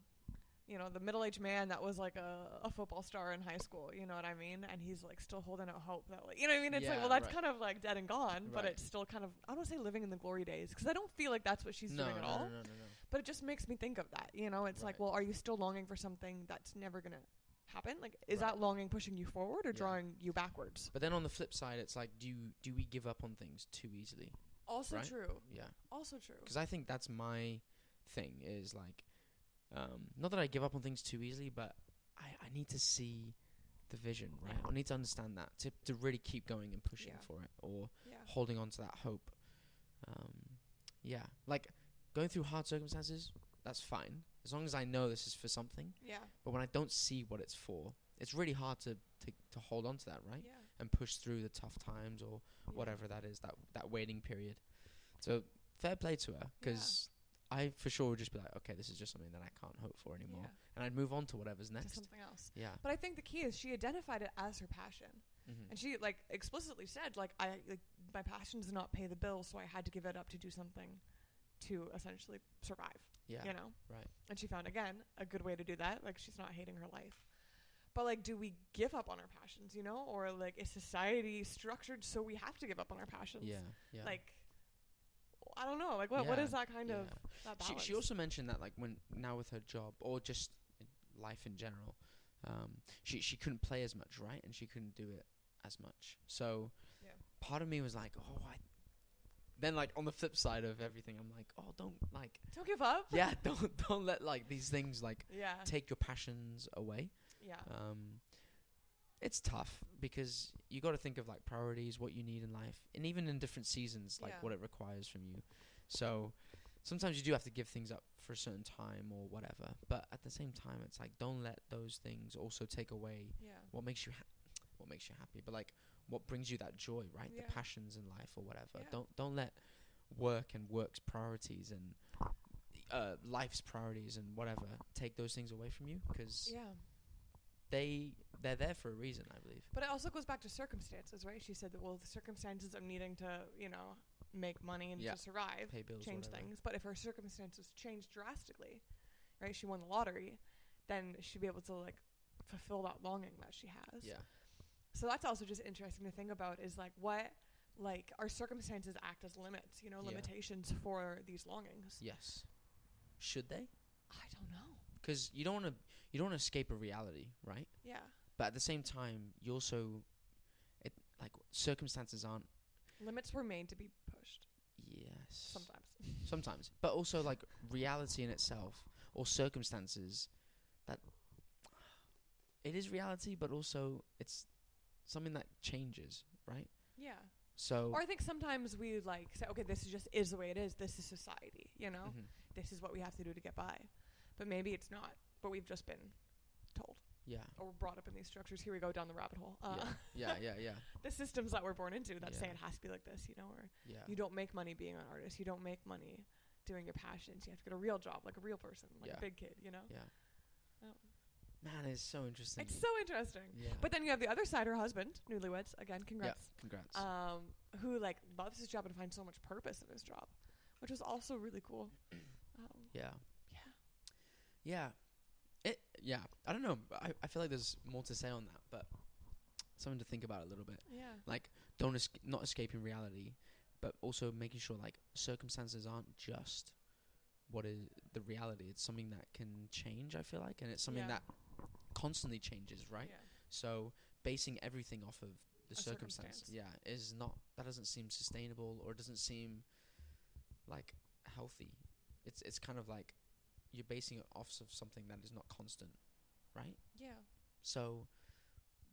[SPEAKER 1] you know, the middle aged man that was like a, a football star in high school, you know what I mean? And he's like still holding out hope that, like, you know what I mean? It's like,
[SPEAKER 2] Yeah,
[SPEAKER 1] well, that's
[SPEAKER 2] right.
[SPEAKER 1] kind of like dead and gone, but
[SPEAKER 2] Right.
[SPEAKER 1] it's still kind of, I don't want to say living in the glory days because I don't feel like that's what she's
[SPEAKER 2] no,
[SPEAKER 1] doing
[SPEAKER 2] no,
[SPEAKER 1] at
[SPEAKER 2] no,
[SPEAKER 1] all.
[SPEAKER 2] no, no, no,
[SPEAKER 1] But it just makes me think of that, you know? It's like,
[SPEAKER 2] Right.
[SPEAKER 1] well, are you still longing for something that's never going to happen? Like, is
[SPEAKER 2] Right.
[SPEAKER 1] that longing pushing you forward or
[SPEAKER 2] Yeah.
[SPEAKER 1] drawing you backwards?
[SPEAKER 2] But then on the flip side, it's like, do you, do we give up on things too easily?
[SPEAKER 1] Also
[SPEAKER 2] Right?
[SPEAKER 1] true.
[SPEAKER 2] Yeah.
[SPEAKER 1] Also true.
[SPEAKER 2] Because I think that's my thing is like, um, not that I give up on things too easily, but I, I need to see the vision, right? I need to understand that to, to really keep going and pushing
[SPEAKER 1] Yeah. Oh.
[SPEAKER 2] for it or
[SPEAKER 1] Yeah.
[SPEAKER 2] holding on to that hope. Um, yeah, like going through hard circumstances, that's fine as long as I know this is for something.
[SPEAKER 1] Yeah.
[SPEAKER 2] But when I don't see what it's for, it's really hard to to, to hold on to that, right?
[SPEAKER 1] Yeah.
[SPEAKER 2] And push through the tough times or whatever that is, that that waiting period. So fair play to her,
[SPEAKER 1] Yeah.
[SPEAKER 2] 'cause I for sure would just be like, okay, this is just something that I can't hope for anymore, and I'd move on to whatever's
[SPEAKER 1] To
[SPEAKER 2] next.
[SPEAKER 1] something else.
[SPEAKER 2] Yeah,
[SPEAKER 1] But I think the key is she identified it as her passion.
[SPEAKER 2] mm-hmm.
[SPEAKER 1] And she like explicitly said like I like my passion does not pay the bills, so I had to give it up to do something to essentially survive,
[SPEAKER 2] yeah,
[SPEAKER 1] you know?
[SPEAKER 2] right.
[SPEAKER 1] And she found again a good way to do that. Like she's not hating her life. But like do we give up on our passions, you know? Or like is society structured so we have to give up on our passions?
[SPEAKER 2] yeah, yeah.
[SPEAKER 1] Like I don't know. Like what what
[SPEAKER 2] Yeah,
[SPEAKER 1] is that kind of
[SPEAKER 2] yeah.
[SPEAKER 1] that
[SPEAKER 2] She,
[SPEAKER 1] balance?
[SPEAKER 2] she also mentioned that like when now with her job or just in life in general, Um, she she couldn't play as much, right? And she couldn't do it as much. So
[SPEAKER 1] Yeah.
[SPEAKER 2] part of me was like, oh, I. Then like on the flip side of everything, I'm like, oh, don't like,
[SPEAKER 1] Don't give up.
[SPEAKER 2] yeah, don't don't let like these things like
[SPEAKER 1] Yeah.
[SPEAKER 2] take your passions away.
[SPEAKER 1] Yeah.
[SPEAKER 2] Um, it's tough because you got to think of like priorities, what you need in life, and even in different seasons, like
[SPEAKER 1] Yeah.
[SPEAKER 2] what it requires from you. So sometimes you do have to give things up for a certain time or whatever. But at the same time, it's like don't let those things also take away
[SPEAKER 1] Yeah.
[SPEAKER 2] what makes you ha- what makes you happy, but like what brings you that joy, right?
[SPEAKER 1] Yeah.
[SPEAKER 2] The passions in life or whatever.
[SPEAKER 1] Yeah.
[SPEAKER 2] Don't don't let work and work's priorities and uh, life's priorities and whatever take those things away from you because
[SPEAKER 1] Yeah.
[SPEAKER 2] they they're there for a reason, I believe.
[SPEAKER 1] But it also goes back to circumstances, right? She said that well, the circumstances of needing to, you know, make money and
[SPEAKER 2] Yeah.
[SPEAKER 1] to survive
[SPEAKER 2] Pay bills,
[SPEAKER 1] change
[SPEAKER 2] whatever.
[SPEAKER 1] things. But if her circumstances change drastically, right? She won the lottery, then she'd be able to like fulfill that longing that she has.
[SPEAKER 2] Yeah,
[SPEAKER 1] So that's also just interesting to think about is like what like our circumstances act as limits, you know,
[SPEAKER 2] Yeah.
[SPEAKER 1] limitations for these longings.
[SPEAKER 2] yes. Should they?
[SPEAKER 1] I don't know.
[SPEAKER 2] Because you don't want to you don't want to escape a reality, right?
[SPEAKER 1] Yeah.
[SPEAKER 2] But at the same time, you also it like circumstances aren't
[SPEAKER 1] Limits were made to be pushed
[SPEAKER 2] yes
[SPEAKER 1] sometimes.
[SPEAKER 2] sometimes but also like reality in itself or circumstances that it is reality but also it's something that changes right
[SPEAKER 1] Yeah.
[SPEAKER 2] so
[SPEAKER 1] Or I think sometimes we like say, okay, this is just is the way it is. This is society, you know.
[SPEAKER 2] Mhm.
[SPEAKER 1] This is what we have to do to get by. But maybe it's not. But we've just been told
[SPEAKER 2] yeah
[SPEAKER 1] or brought up in these structures. Here we go down the rabbit hole. Uh,
[SPEAKER 2] yeah yeah yeah
[SPEAKER 1] the systems that we're born into that say
[SPEAKER 2] Yeah.
[SPEAKER 1] it has to be like this, you know, or
[SPEAKER 2] yeah
[SPEAKER 1] you don't make money being an artist. You don't make money doing your passions. You have to get a real job, like a real person, like
[SPEAKER 2] Yeah.
[SPEAKER 1] a big kid, you know.
[SPEAKER 2] yeah
[SPEAKER 1] Oh.
[SPEAKER 2] man it's so interesting
[SPEAKER 1] It's so interesting.
[SPEAKER 2] yeah
[SPEAKER 1] But then you have the other side, her husband, newlyweds, again, congrats.
[SPEAKER 2] congrats
[SPEAKER 1] um, who like loves his job and finds so much purpose in his job, which was also really cool. Um,
[SPEAKER 2] yeah
[SPEAKER 1] yeah,
[SPEAKER 2] yeah it yeah i don't know I, I feel like there's more to say on that but something to think about a little bit
[SPEAKER 1] yeah,
[SPEAKER 2] like don't es- not escaping reality, but also making sure like circumstances aren't just what is the reality. It's something that can change. I feel like, and it's something
[SPEAKER 1] Yeah.
[SPEAKER 2] that constantly changes, right? So basing everything off of the
[SPEAKER 1] A
[SPEAKER 2] circumstance,
[SPEAKER 1] circumstance.
[SPEAKER 2] yeah, is not that doesn't seem sustainable or doesn't seem like healthy. It's it's kind of like you're basing it off of something that is not constant, right?
[SPEAKER 1] Yeah,
[SPEAKER 2] So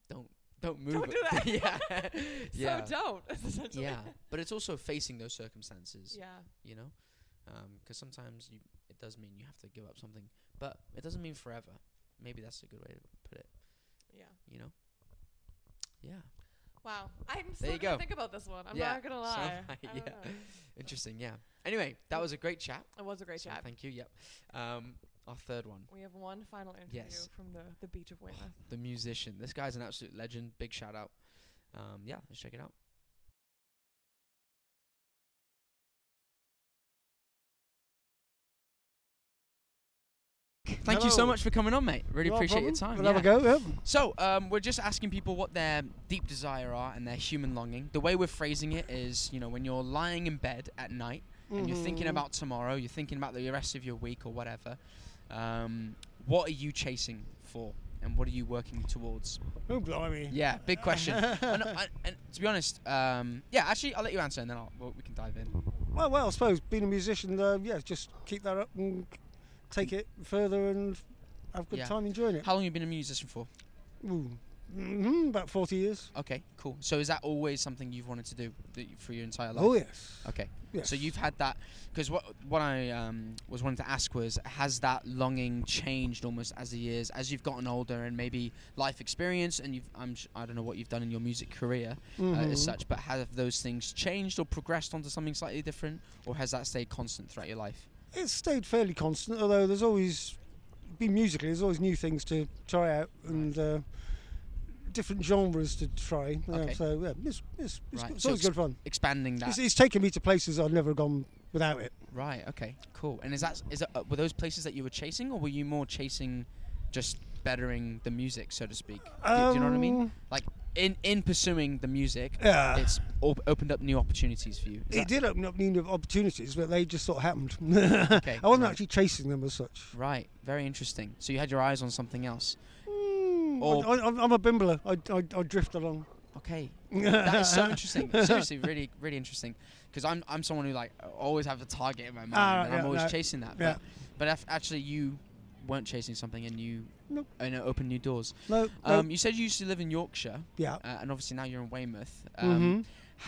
[SPEAKER 2] don't don't move.
[SPEAKER 1] Don't
[SPEAKER 2] it.
[SPEAKER 1] do that.
[SPEAKER 2] yeah, yeah.
[SPEAKER 1] So don't. is essentially.
[SPEAKER 2] Yeah, but it's also facing those circumstances,
[SPEAKER 1] yeah,
[SPEAKER 2] you know, because sometimes you it does mean you have to give up something, but it doesn't mean forever. Maybe that's a good way to put it,
[SPEAKER 1] yeah.
[SPEAKER 2] you know. Yeah,
[SPEAKER 1] Wow, I'm still
[SPEAKER 2] There you
[SPEAKER 1] gonna
[SPEAKER 2] go.
[SPEAKER 1] think about this one. I'm
[SPEAKER 2] Yeah,
[SPEAKER 1] not gonna
[SPEAKER 2] so
[SPEAKER 1] lie.
[SPEAKER 2] am I,
[SPEAKER 1] I don't
[SPEAKER 2] yeah.
[SPEAKER 1] know.
[SPEAKER 2] interesting. Yeah. Anyway, that was a great chat.
[SPEAKER 1] it was a great
[SPEAKER 2] so
[SPEAKER 1] chat.
[SPEAKER 2] Thank you. Yep. Um, our third one,
[SPEAKER 1] We have one final interview
[SPEAKER 2] Yes.
[SPEAKER 1] from the the beach of Weymouth.
[SPEAKER 2] the musician. This guy's an absolute legend. Big shout out. Um, yeah, let's check it out. Thank you so
[SPEAKER 3] Hello.
[SPEAKER 2] much for coming on, mate. Really
[SPEAKER 6] No
[SPEAKER 2] appreciate your
[SPEAKER 6] problem.
[SPEAKER 2] time.
[SPEAKER 6] We'll
[SPEAKER 2] yeah.
[SPEAKER 6] have a go. Yep.
[SPEAKER 2] So, um, we're just asking people what their deep desire are and their human longing. The way we're phrasing it is, you know, when you're lying in bed at night and you're thinking
[SPEAKER 6] Mhm.
[SPEAKER 2] about tomorrow, you're thinking about the rest of your week or whatever, um, what are you chasing for and what are you working towards?
[SPEAKER 6] Oh blimey.
[SPEAKER 2] Yeah, big question. and, and, and to be honest, um, yeah, actually, I'll let you answer and then I'll, well, we can dive in.
[SPEAKER 6] Well, well, I suppose being a musician, uh, yeah, just keep that up and take it further and have a good
[SPEAKER 2] Yeah.
[SPEAKER 6] time enjoying it.
[SPEAKER 2] How long have you been a musician for?
[SPEAKER 6] Ooh. Mhm, about 40 years.
[SPEAKER 2] Okay, cool. So, is that always something you've wanted to do that you- for your entire life?
[SPEAKER 6] Oh yes.
[SPEAKER 2] Okay.
[SPEAKER 6] Yes.
[SPEAKER 2] uh, So you've had that because what what I um, was wanting to ask was has that longing changed almost as the years as you've gotten older and maybe life experience and you've I'm sh- I don't know what you've done in your music career uh,
[SPEAKER 6] Mhm.
[SPEAKER 2] as such but have those things changed or progressed onto something slightly different or has that stayed constant throughout your life?
[SPEAKER 6] It's stayed fairly constant, although there's always been musically. There's always new things to try out and. Uh, Different genres to try, uh,
[SPEAKER 2] Okay.
[SPEAKER 6] so yeah, it's, it's, it's,
[SPEAKER 2] Right,
[SPEAKER 6] it's
[SPEAKER 2] so
[SPEAKER 6] always
[SPEAKER 2] it's-
[SPEAKER 6] good fun.
[SPEAKER 2] Expanding that
[SPEAKER 6] It's, it's taken me to places I've never gone without it.
[SPEAKER 2] right? Okay, cool. And is that is that, uh, were those places that you were chasing or were you more chasing just bettering the music so to speak? do, do you know what I mean?
[SPEAKER 6] Um,
[SPEAKER 2] Like in in pursuing the music,
[SPEAKER 6] Yeah.
[SPEAKER 2] it's op- opened up new opportunities for you. Is
[SPEAKER 6] It
[SPEAKER 2] that-
[SPEAKER 6] did open up new opportunities, but they just sort of happened. I wasn't
[SPEAKER 2] right.
[SPEAKER 6] actually chasing them as such.
[SPEAKER 2] Right, very interesting. So you had your eyes on something else.
[SPEAKER 6] I'm,
[SPEAKER 2] Hmm. Or-
[SPEAKER 6] I, I, I'm a bimbler. I, I, I drift along.
[SPEAKER 2] Okay, that is so interesting. Seriously, really, really interesting. Because I'm I'm someone who like always have a target in my mind,
[SPEAKER 6] Ah,
[SPEAKER 2] and
[SPEAKER 6] yeah,
[SPEAKER 2] I'm always
[SPEAKER 6] no.
[SPEAKER 2] chasing that.
[SPEAKER 6] Yeah.
[SPEAKER 2] But, but if actually you weren't chasing something, and you
[SPEAKER 6] Nope.
[SPEAKER 2] and it opened new doors.
[SPEAKER 6] No, no,
[SPEAKER 2] Um, you said you used to live in Yorkshire,
[SPEAKER 6] yeah.
[SPEAKER 2] uh, and obviously now you're in Weymouth. Um,
[SPEAKER 6] hmm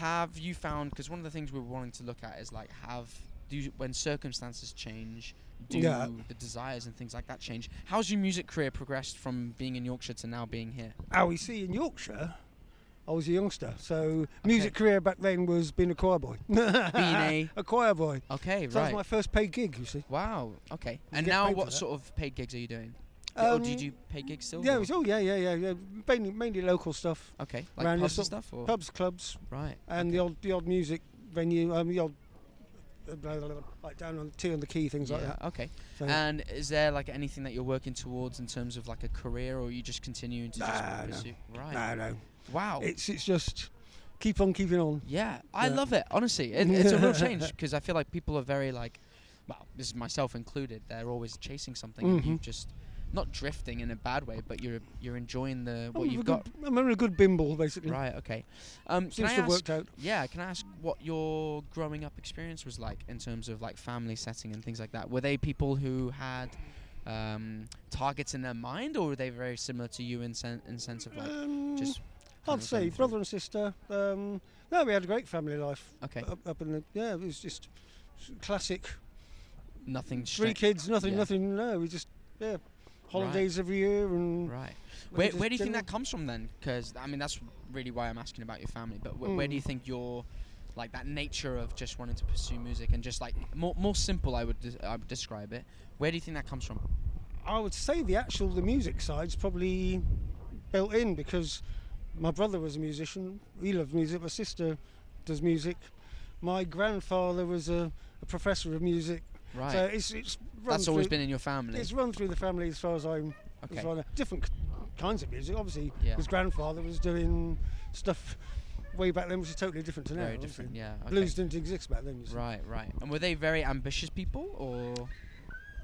[SPEAKER 2] Have you found? Because one of the things we were wanting to look at is like, have do you, when circumstances change, do
[SPEAKER 6] Yeah.
[SPEAKER 2] the desires and things like that change? How's your music career progressed from being in Yorkshire to now being here?
[SPEAKER 6] How we see in Yorkshire, I was a youngster, so music career back then was being a choir boy. being
[SPEAKER 2] a-
[SPEAKER 6] a choir boy.
[SPEAKER 2] Okay,
[SPEAKER 6] So that was
[SPEAKER 2] right.
[SPEAKER 6] my first paid gig, you see.
[SPEAKER 2] Wow. Okay.
[SPEAKER 6] You
[SPEAKER 2] And
[SPEAKER 6] get
[SPEAKER 2] now,
[SPEAKER 6] paid for
[SPEAKER 2] what
[SPEAKER 6] that.
[SPEAKER 2] sort of paid gigs are you doing? oh, do you
[SPEAKER 6] Um,
[SPEAKER 2] do paid gigs still?
[SPEAKER 6] Yeah,
[SPEAKER 2] or-
[SPEAKER 6] it was, oh yeah, yeah, yeah, yeah. Mainly, mainly local stuff,
[SPEAKER 2] okay. Like pubs and
[SPEAKER 6] round yourself-
[SPEAKER 2] stuff, or
[SPEAKER 6] pubs, clubs,
[SPEAKER 2] right?
[SPEAKER 6] and the old, the old music venue, um, the old, uh, blah, blah, blah, like down on T on the key, things like
[SPEAKER 2] Yeah, Uh,
[SPEAKER 6] that.
[SPEAKER 2] Okay.
[SPEAKER 6] So,
[SPEAKER 2] And is there like anything that you're working towards in terms of like a career, or are you just continuing to
[SPEAKER 6] Nah, no.
[SPEAKER 2] just pursue? Right.
[SPEAKER 6] no, no,
[SPEAKER 2] Wow.
[SPEAKER 6] it's it's just keep on keeping on.
[SPEAKER 2] Yeah, I
[SPEAKER 6] Yeah.
[SPEAKER 2] love it. Honestly, it, it's a real change because I feel like people are very like, well, this is myself included. They're always chasing something, and
[SPEAKER 6] Mhm.
[SPEAKER 2] you've just not drifting in a bad way, but you're you're enjoying the what
[SPEAKER 6] I'm a
[SPEAKER 2] you've
[SPEAKER 6] good,
[SPEAKER 2] got.
[SPEAKER 6] I'm a good bimble basically.
[SPEAKER 2] Right. Okay. Um, can
[SPEAKER 6] Seems
[SPEAKER 2] I
[SPEAKER 6] to have
[SPEAKER 2] ask?
[SPEAKER 6] worked out.
[SPEAKER 2] Yeah. Can I ask what your growing up experience was like in terms of like family setting and things like that? Were they people who had um, targets in their mind, or were they very similar to you in, sen- in sense of like
[SPEAKER 6] Um,
[SPEAKER 2] just? kind
[SPEAKER 6] I'd
[SPEAKER 2] of
[SPEAKER 6] say
[SPEAKER 2] going through-
[SPEAKER 6] brother and sister. Um, no, we had a great family life.
[SPEAKER 2] Okay.
[SPEAKER 6] Up, up in the yeah, it was just s- classic.
[SPEAKER 2] Nothing.
[SPEAKER 6] Three
[SPEAKER 2] stra-
[SPEAKER 6] kids, nothing,
[SPEAKER 2] yeah.
[SPEAKER 6] nothing. No, we just yeah, holidays every year and
[SPEAKER 2] Right.
[SPEAKER 6] like
[SPEAKER 2] Where,
[SPEAKER 6] just
[SPEAKER 2] where do you think
[SPEAKER 6] general-
[SPEAKER 2] that comes from then? Because I mean, that's really why I'm asking about your family. But wh- where do you
[SPEAKER 6] Mm.
[SPEAKER 2] think your like that nature of just wanting to pursue music and just like more more simple, I would des- I would describe it. Where do you think that comes from?
[SPEAKER 6] I would say the actual the music side's probably built in because my brother was a musician. He loved music. My sister does music. My grandfather was a, a professor of music.
[SPEAKER 2] Right.
[SPEAKER 6] So it's it's run
[SPEAKER 2] that's always
[SPEAKER 6] through,
[SPEAKER 2] been in your family.
[SPEAKER 6] it's run through the family as far as I'm
[SPEAKER 2] Okay.
[SPEAKER 6] as well. Different k- kinds of music. Obviously,
[SPEAKER 2] Yeah.
[SPEAKER 6] his grandfather was doing stuff way back then, which is totally different to now.
[SPEAKER 2] Very
[SPEAKER 6] obviously.
[SPEAKER 2] different. Yeah. okay.
[SPEAKER 6] Blues didn't exist back then. You see.
[SPEAKER 2] Right. Right. And were they very ambitious people or?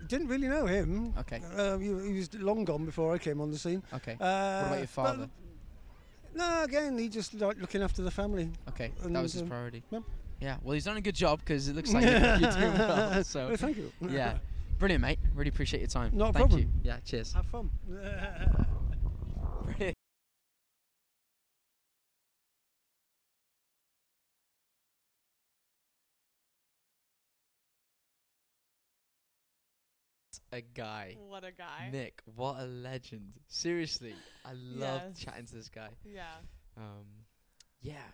[SPEAKER 6] Didn't really know him.
[SPEAKER 2] Okay.
[SPEAKER 6] Uh, he, he was long gone before I came on the scene.
[SPEAKER 2] Okay.
[SPEAKER 6] Uh,
[SPEAKER 2] what about your
[SPEAKER 6] but-
[SPEAKER 2] father?
[SPEAKER 6] No, again, he just like looking after the family.
[SPEAKER 2] Okay. That was his
[SPEAKER 6] and, uh,
[SPEAKER 2] priority.
[SPEAKER 6] yeah.
[SPEAKER 2] Yeah. Well, he's done a good job because it looks like you're, you're doing well. So
[SPEAKER 6] Oh, thank you.
[SPEAKER 2] yeah. Brilliant, mate. Really appreciate your time.
[SPEAKER 6] Not a
[SPEAKER 2] Thank you.
[SPEAKER 6] problem.
[SPEAKER 2] Yeah. Cheers.
[SPEAKER 6] Have fun.
[SPEAKER 2] Brilliant. A guy.
[SPEAKER 1] What a guy.
[SPEAKER 2] Nick, what a legend. Seriously, I love
[SPEAKER 1] Yes.
[SPEAKER 2] chatting to this guy.
[SPEAKER 1] Yeah.
[SPEAKER 2] Um, yeah,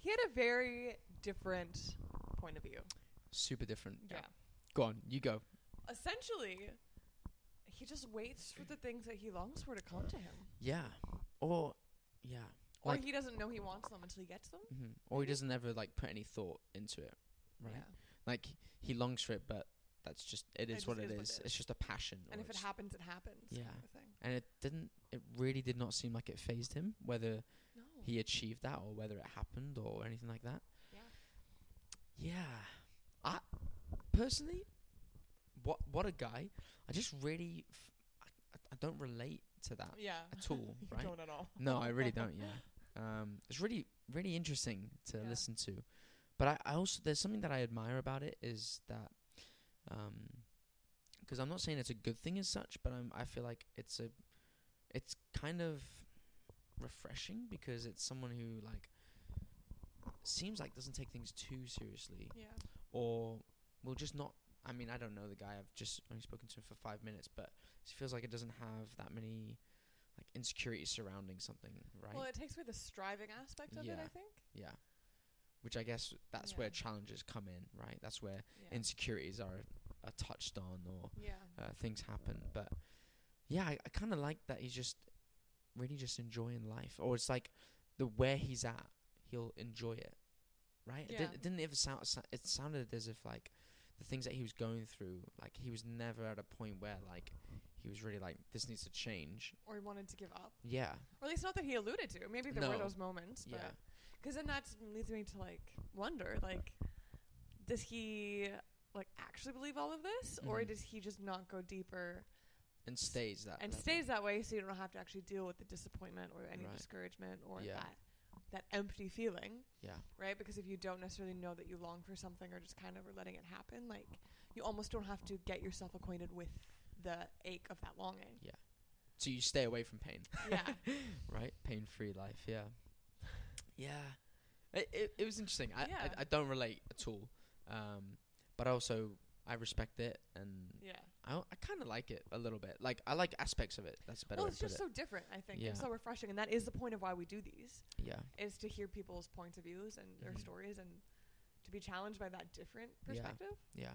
[SPEAKER 1] He had a very different point of view.
[SPEAKER 2] super different.
[SPEAKER 1] Yeah.
[SPEAKER 2] Go on, you go.
[SPEAKER 1] Essentially, he just waits for the things that he longs for to come to him.
[SPEAKER 2] Yeah. Or, yeah.
[SPEAKER 1] Or
[SPEAKER 2] Like-
[SPEAKER 1] he doesn't know he wants them until he gets them.
[SPEAKER 2] hmm Or he doesn't ever like put any thought into it, right?
[SPEAKER 1] Yeah.
[SPEAKER 2] Like he longs for it, but that's just it is
[SPEAKER 1] just
[SPEAKER 2] what
[SPEAKER 1] is
[SPEAKER 2] it
[SPEAKER 1] what it
[SPEAKER 2] is.
[SPEAKER 1] is.
[SPEAKER 2] It's just a passion.
[SPEAKER 1] And
[SPEAKER 2] or
[SPEAKER 1] if it
[SPEAKER 2] it's-
[SPEAKER 1] happens, it happens.
[SPEAKER 2] Yeah.
[SPEAKER 1] Kind of thing.
[SPEAKER 2] and it didn't. It really did not seem like it phased him whether
[SPEAKER 1] No.
[SPEAKER 2] he achieved that or whether it happened or anything like that.
[SPEAKER 1] Yeah.
[SPEAKER 2] Yeah. I personally, what what a guy! I just really, f- I, I don't relate to that
[SPEAKER 1] yeah.
[SPEAKER 2] at all,
[SPEAKER 1] You
[SPEAKER 2] right?
[SPEAKER 1] don't at all.
[SPEAKER 2] No, I really don't. Yeah, um, it's really really interesting to
[SPEAKER 1] Yeah.
[SPEAKER 2] listen to, but I, I also there's something that I admire about it is that, um 'cause I'm not saying it's a good thing as such, but I'm I feel like it's a, it's kind of refreshing because it's someone who like seems like doesn't take things too seriously
[SPEAKER 1] Yeah.
[SPEAKER 2] or will just not. I mean, I don't know the guy. I've just only spoken to him for five minutes, but it feels like it doesn't have that many like insecurities surrounding something, right?
[SPEAKER 1] Well, it takes away the striving aspect of it,
[SPEAKER 2] Yeah.
[SPEAKER 1] I think.
[SPEAKER 2] yeah. Which I guess that's
[SPEAKER 1] Yeah.
[SPEAKER 2] where challenges come in, right? That's where
[SPEAKER 1] Yeah.
[SPEAKER 2] insecurities are, are touched on or
[SPEAKER 1] yeah.
[SPEAKER 2] uh, things happen. But yeah, I, I kind of like that he's just really just enjoying life, or it's like the where he's at, he'll enjoy it, right? It,
[SPEAKER 1] Yeah.
[SPEAKER 2] didn't, it didn't ever sound. so- It sounded as if like the things that he was going through, like he was never at a point where like he was really like this needs to change.
[SPEAKER 1] Or he wanted to give up.
[SPEAKER 2] Yeah,
[SPEAKER 1] Or at least not that he alluded to. Maybe there were
[SPEAKER 2] No.
[SPEAKER 1] those moments. But
[SPEAKER 2] yeah,
[SPEAKER 1] Because then that leads me to like wonder, like, does he like actually believe all of this, or
[SPEAKER 2] Mhm.
[SPEAKER 1] does he just not go deeper
[SPEAKER 2] and stays that
[SPEAKER 1] and
[SPEAKER 2] level.
[SPEAKER 1] stays that way so you don't have to actually deal with the disappointment or any
[SPEAKER 2] Right.
[SPEAKER 1] discouragement or
[SPEAKER 2] Yeah.
[SPEAKER 1] that that empty feeling
[SPEAKER 2] Yeah.
[SPEAKER 1] right because if you don't necessarily know that you long for something or just kind of are letting it happen like you almost don't have to get yourself acquainted with the ache of that longing
[SPEAKER 2] So you stay away from pain.
[SPEAKER 1] yeah
[SPEAKER 2] right? Pain free life, yeah. Yeah. It, it, it was interesting. I,
[SPEAKER 1] Yeah.
[SPEAKER 2] I, I don't relate at all. Um, but also, I respect it and
[SPEAKER 1] yeah
[SPEAKER 2] I, I kind of like it a little bit. Like, I like aspects of it. That's a better
[SPEAKER 1] well
[SPEAKER 2] way
[SPEAKER 1] it's
[SPEAKER 2] to put
[SPEAKER 1] just
[SPEAKER 2] it.
[SPEAKER 1] so different i think
[SPEAKER 2] Yeah.
[SPEAKER 1] it's so refreshing and that is the point of why we do these
[SPEAKER 2] yeah.
[SPEAKER 1] is to hear people's points of views and their
[SPEAKER 2] Mhm.
[SPEAKER 1] stories and to be challenged by that different
[SPEAKER 2] Yeah.
[SPEAKER 1] perspective
[SPEAKER 2] Yeah.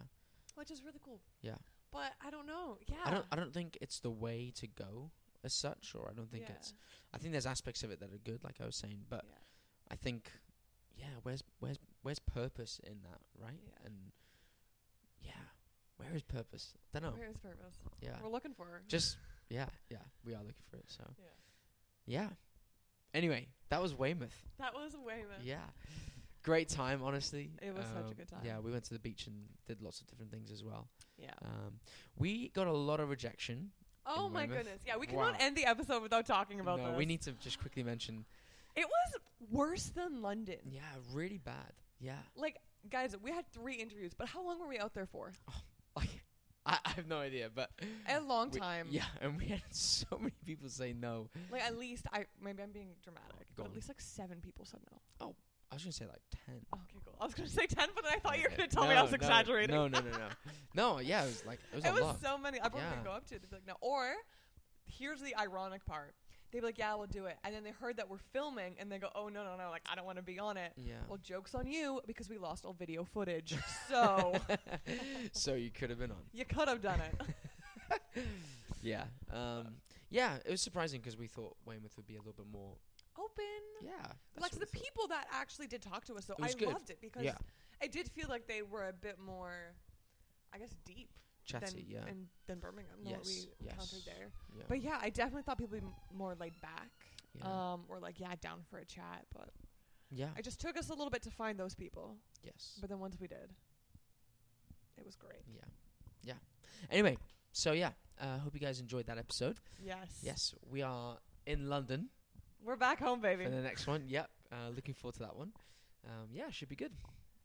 [SPEAKER 1] which is really cool
[SPEAKER 2] Yeah.
[SPEAKER 1] but i don't know yeah
[SPEAKER 2] I don't I don't think it's the way to go as such or I don't think
[SPEAKER 1] yeah.
[SPEAKER 2] it's uh, I think there's aspects of it that are good like I was saying, but
[SPEAKER 1] yeah.
[SPEAKER 2] I think yeah, where's where's where's purpose in that, right?
[SPEAKER 1] Yeah.
[SPEAKER 2] And yeah, where is purpose? Don't know.
[SPEAKER 1] Where is purpose?
[SPEAKER 2] Yeah.
[SPEAKER 1] We're looking for. her.
[SPEAKER 2] Oh. Uh, Just yeah, yeah, we are looking for it, so
[SPEAKER 1] yeah.
[SPEAKER 2] yeah. Anyway, that was Weymouth.
[SPEAKER 1] That was way man.
[SPEAKER 2] Yeah. Great time, honestly.
[SPEAKER 1] It was such a
[SPEAKER 2] Um,
[SPEAKER 1] good time.
[SPEAKER 2] Yeah, we went to the beach and did lots of different things as well.
[SPEAKER 1] Yeah.
[SPEAKER 2] Um, we got a lot of rejection.
[SPEAKER 1] Oh
[SPEAKER 2] in
[SPEAKER 1] my
[SPEAKER 2] Weymouth.
[SPEAKER 1] goodness. Yeah, we cannot
[SPEAKER 2] Wow.
[SPEAKER 1] end the episode without talking about
[SPEAKER 2] no,
[SPEAKER 1] this.
[SPEAKER 2] we need to just quickly mention
[SPEAKER 1] it was worse than London.
[SPEAKER 2] Yeah, really bad. Yeah.
[SPEAKER 1] Like, guys, we had three interviews, but how long were we out there for?
[SPEAKER 2] Like I, I have no idea, but
[SPEAKER 1] A long
[SPEAKER 2] Oh, we-
[SPEAKER 1] time.
[SPEAKER 2] Yeah, and we had so many people say no.
[SPEAKER 1] Like at least I maybe I'm being dramatic, but
[SPEAKER 2] Go on.
[SPEAKER 1] at least like seven people said no. Oh,
[SPEAKER 2] I was gonna say like ten.
[SPEAKER 1] Okay, cool. I was gonna say ten, but then I thought you were
[SPEAKER 2] Okay.
[SPEAKER 1] gonna tell me I
[SPEAKER 2] No,
[SPEAKER 1] was
[SPEAKER 2] no,
[SPEAKER 1] exaggerating.
[SPEAKER 2] No, no, no, no. no, yeah, it was like it was
[SPEAKER 1] it
[SPEAKER 2] a
[SPEAKER 1] was
[SPEAKER 2] lot.
[SPEAKER 1] so many. Everyone
[SPEAKER 2] Yeah.
[SPEAKER 1] could go up to it. They'd be like, no. Or here's the ironic part. They'd be like, yeah, we'll do it. And then they heard that we're filming and they go, oh, no, no, no. Like, I don't want to be on it.
[SPEAKER 2] yeah.
[SPEAKER 1] Well, joke's on you because we lost all video footage. So
[SPEAKER 2] so you could have been on.
[SPEAKER 1] you could have done it.
[SPEAKER 2] Yeah. Um. Yeah, it was surprising because we thought Weymouth would be a little bit more.
[SPEAKER 1] Open.
[SPEAKER 2] Yeah. that's
[SPEAKER 1] Like
[SPEAKER 2] what
[SPEAKER 1] the
[SPEAKER 2] we thought.
[SPEAKER 1] people that actually did talk to us, though,
[SPEAKER 2] It
[SPEAKER 1] I
[SPEAKER 2] was good.
[SPEAKER 1] loved it because
[SPEAKER 2] Yeah.
[SPEAKER 1] I did feel like they were a bit more, I guess, deep
[SPEAKER 2] Chatty.
[SPEAKER 1] than
[SPEAKER 2] yeah.
[SPEAKER 1] and, than Birmingham than what
[SPEAKER 2] Yes,
[SPEAKER 1] we encountered
[SPEAKER 2] yes.
[SPEAKER 1] there.
[SPEAKER 2] yeah.
[SPEAKER 1] But yeah, I definitely thought people would be m- more laid back.
[SPEAKER 2] yeah.
[SPEAKER 1] Um, or like, yeah, down for a chat, but
[SPEAKER 2] yeah.
[SPEAKER 1] It just took us a little bit to find those people,
[SPEAKER 2] yes.
[SPEAKER 1] but then once we did, it was great.
[SPEAKER 2] Yeah. Yeah. Anyway, so yeah, uh, hope you guys enjoyed that episode.
[SPEAKER 1] Yes.
[SPEAKER 2] Yes, we are in London
[SPEAKER 1] We're back home, baby.
[SPEAKER 2] for the next one. Yep, uh, looking forward to that one. Um, yeah, should be good.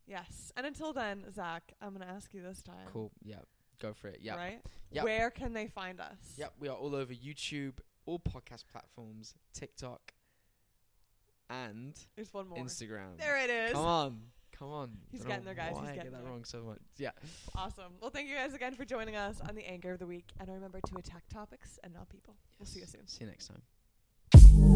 [SPEAKER 1] Yes. And until then, Zach, I'm going to ask you this time.
[SPEAKER 2] Cool. Yeah, go for it. Yeah,
[SPEAKER 1] Right?
[SPEAKER 2] Yep.
[SPEAKER 1] Where can they find us?
[SPEAKER 2] yep. We are all over YouTube, all podcast platforms, TikTok, and
[SPEAKER 1] There's one more.
[SPEAKER 2] Instagram.
[SPEAKER 1] There it is.
[SPEAKER 2] Come on, come on.
[SPEAKER 1] He's
[SPEAKER 2] Don't know
[SPEAKER 1] getting there, guys.
[SPEAKER 2] Why
[SPEAKER 1] He's
[SPEAKER 2] I
[SPEAKER 1] getting
[SPEAKER 2] get that
[SPEAKER 1] there.
[SPEAKER 2] wrong so much? Yeah.
[SPEAKER 1] Awesome. Well, thank you guys again for joining us on the Anchor of the Week. And remember to attack topics and not people. We'll see you
[SPEAKER 2] Yes.
[SPEAKER 1] soon.
[SPEAKER 2] See you next time.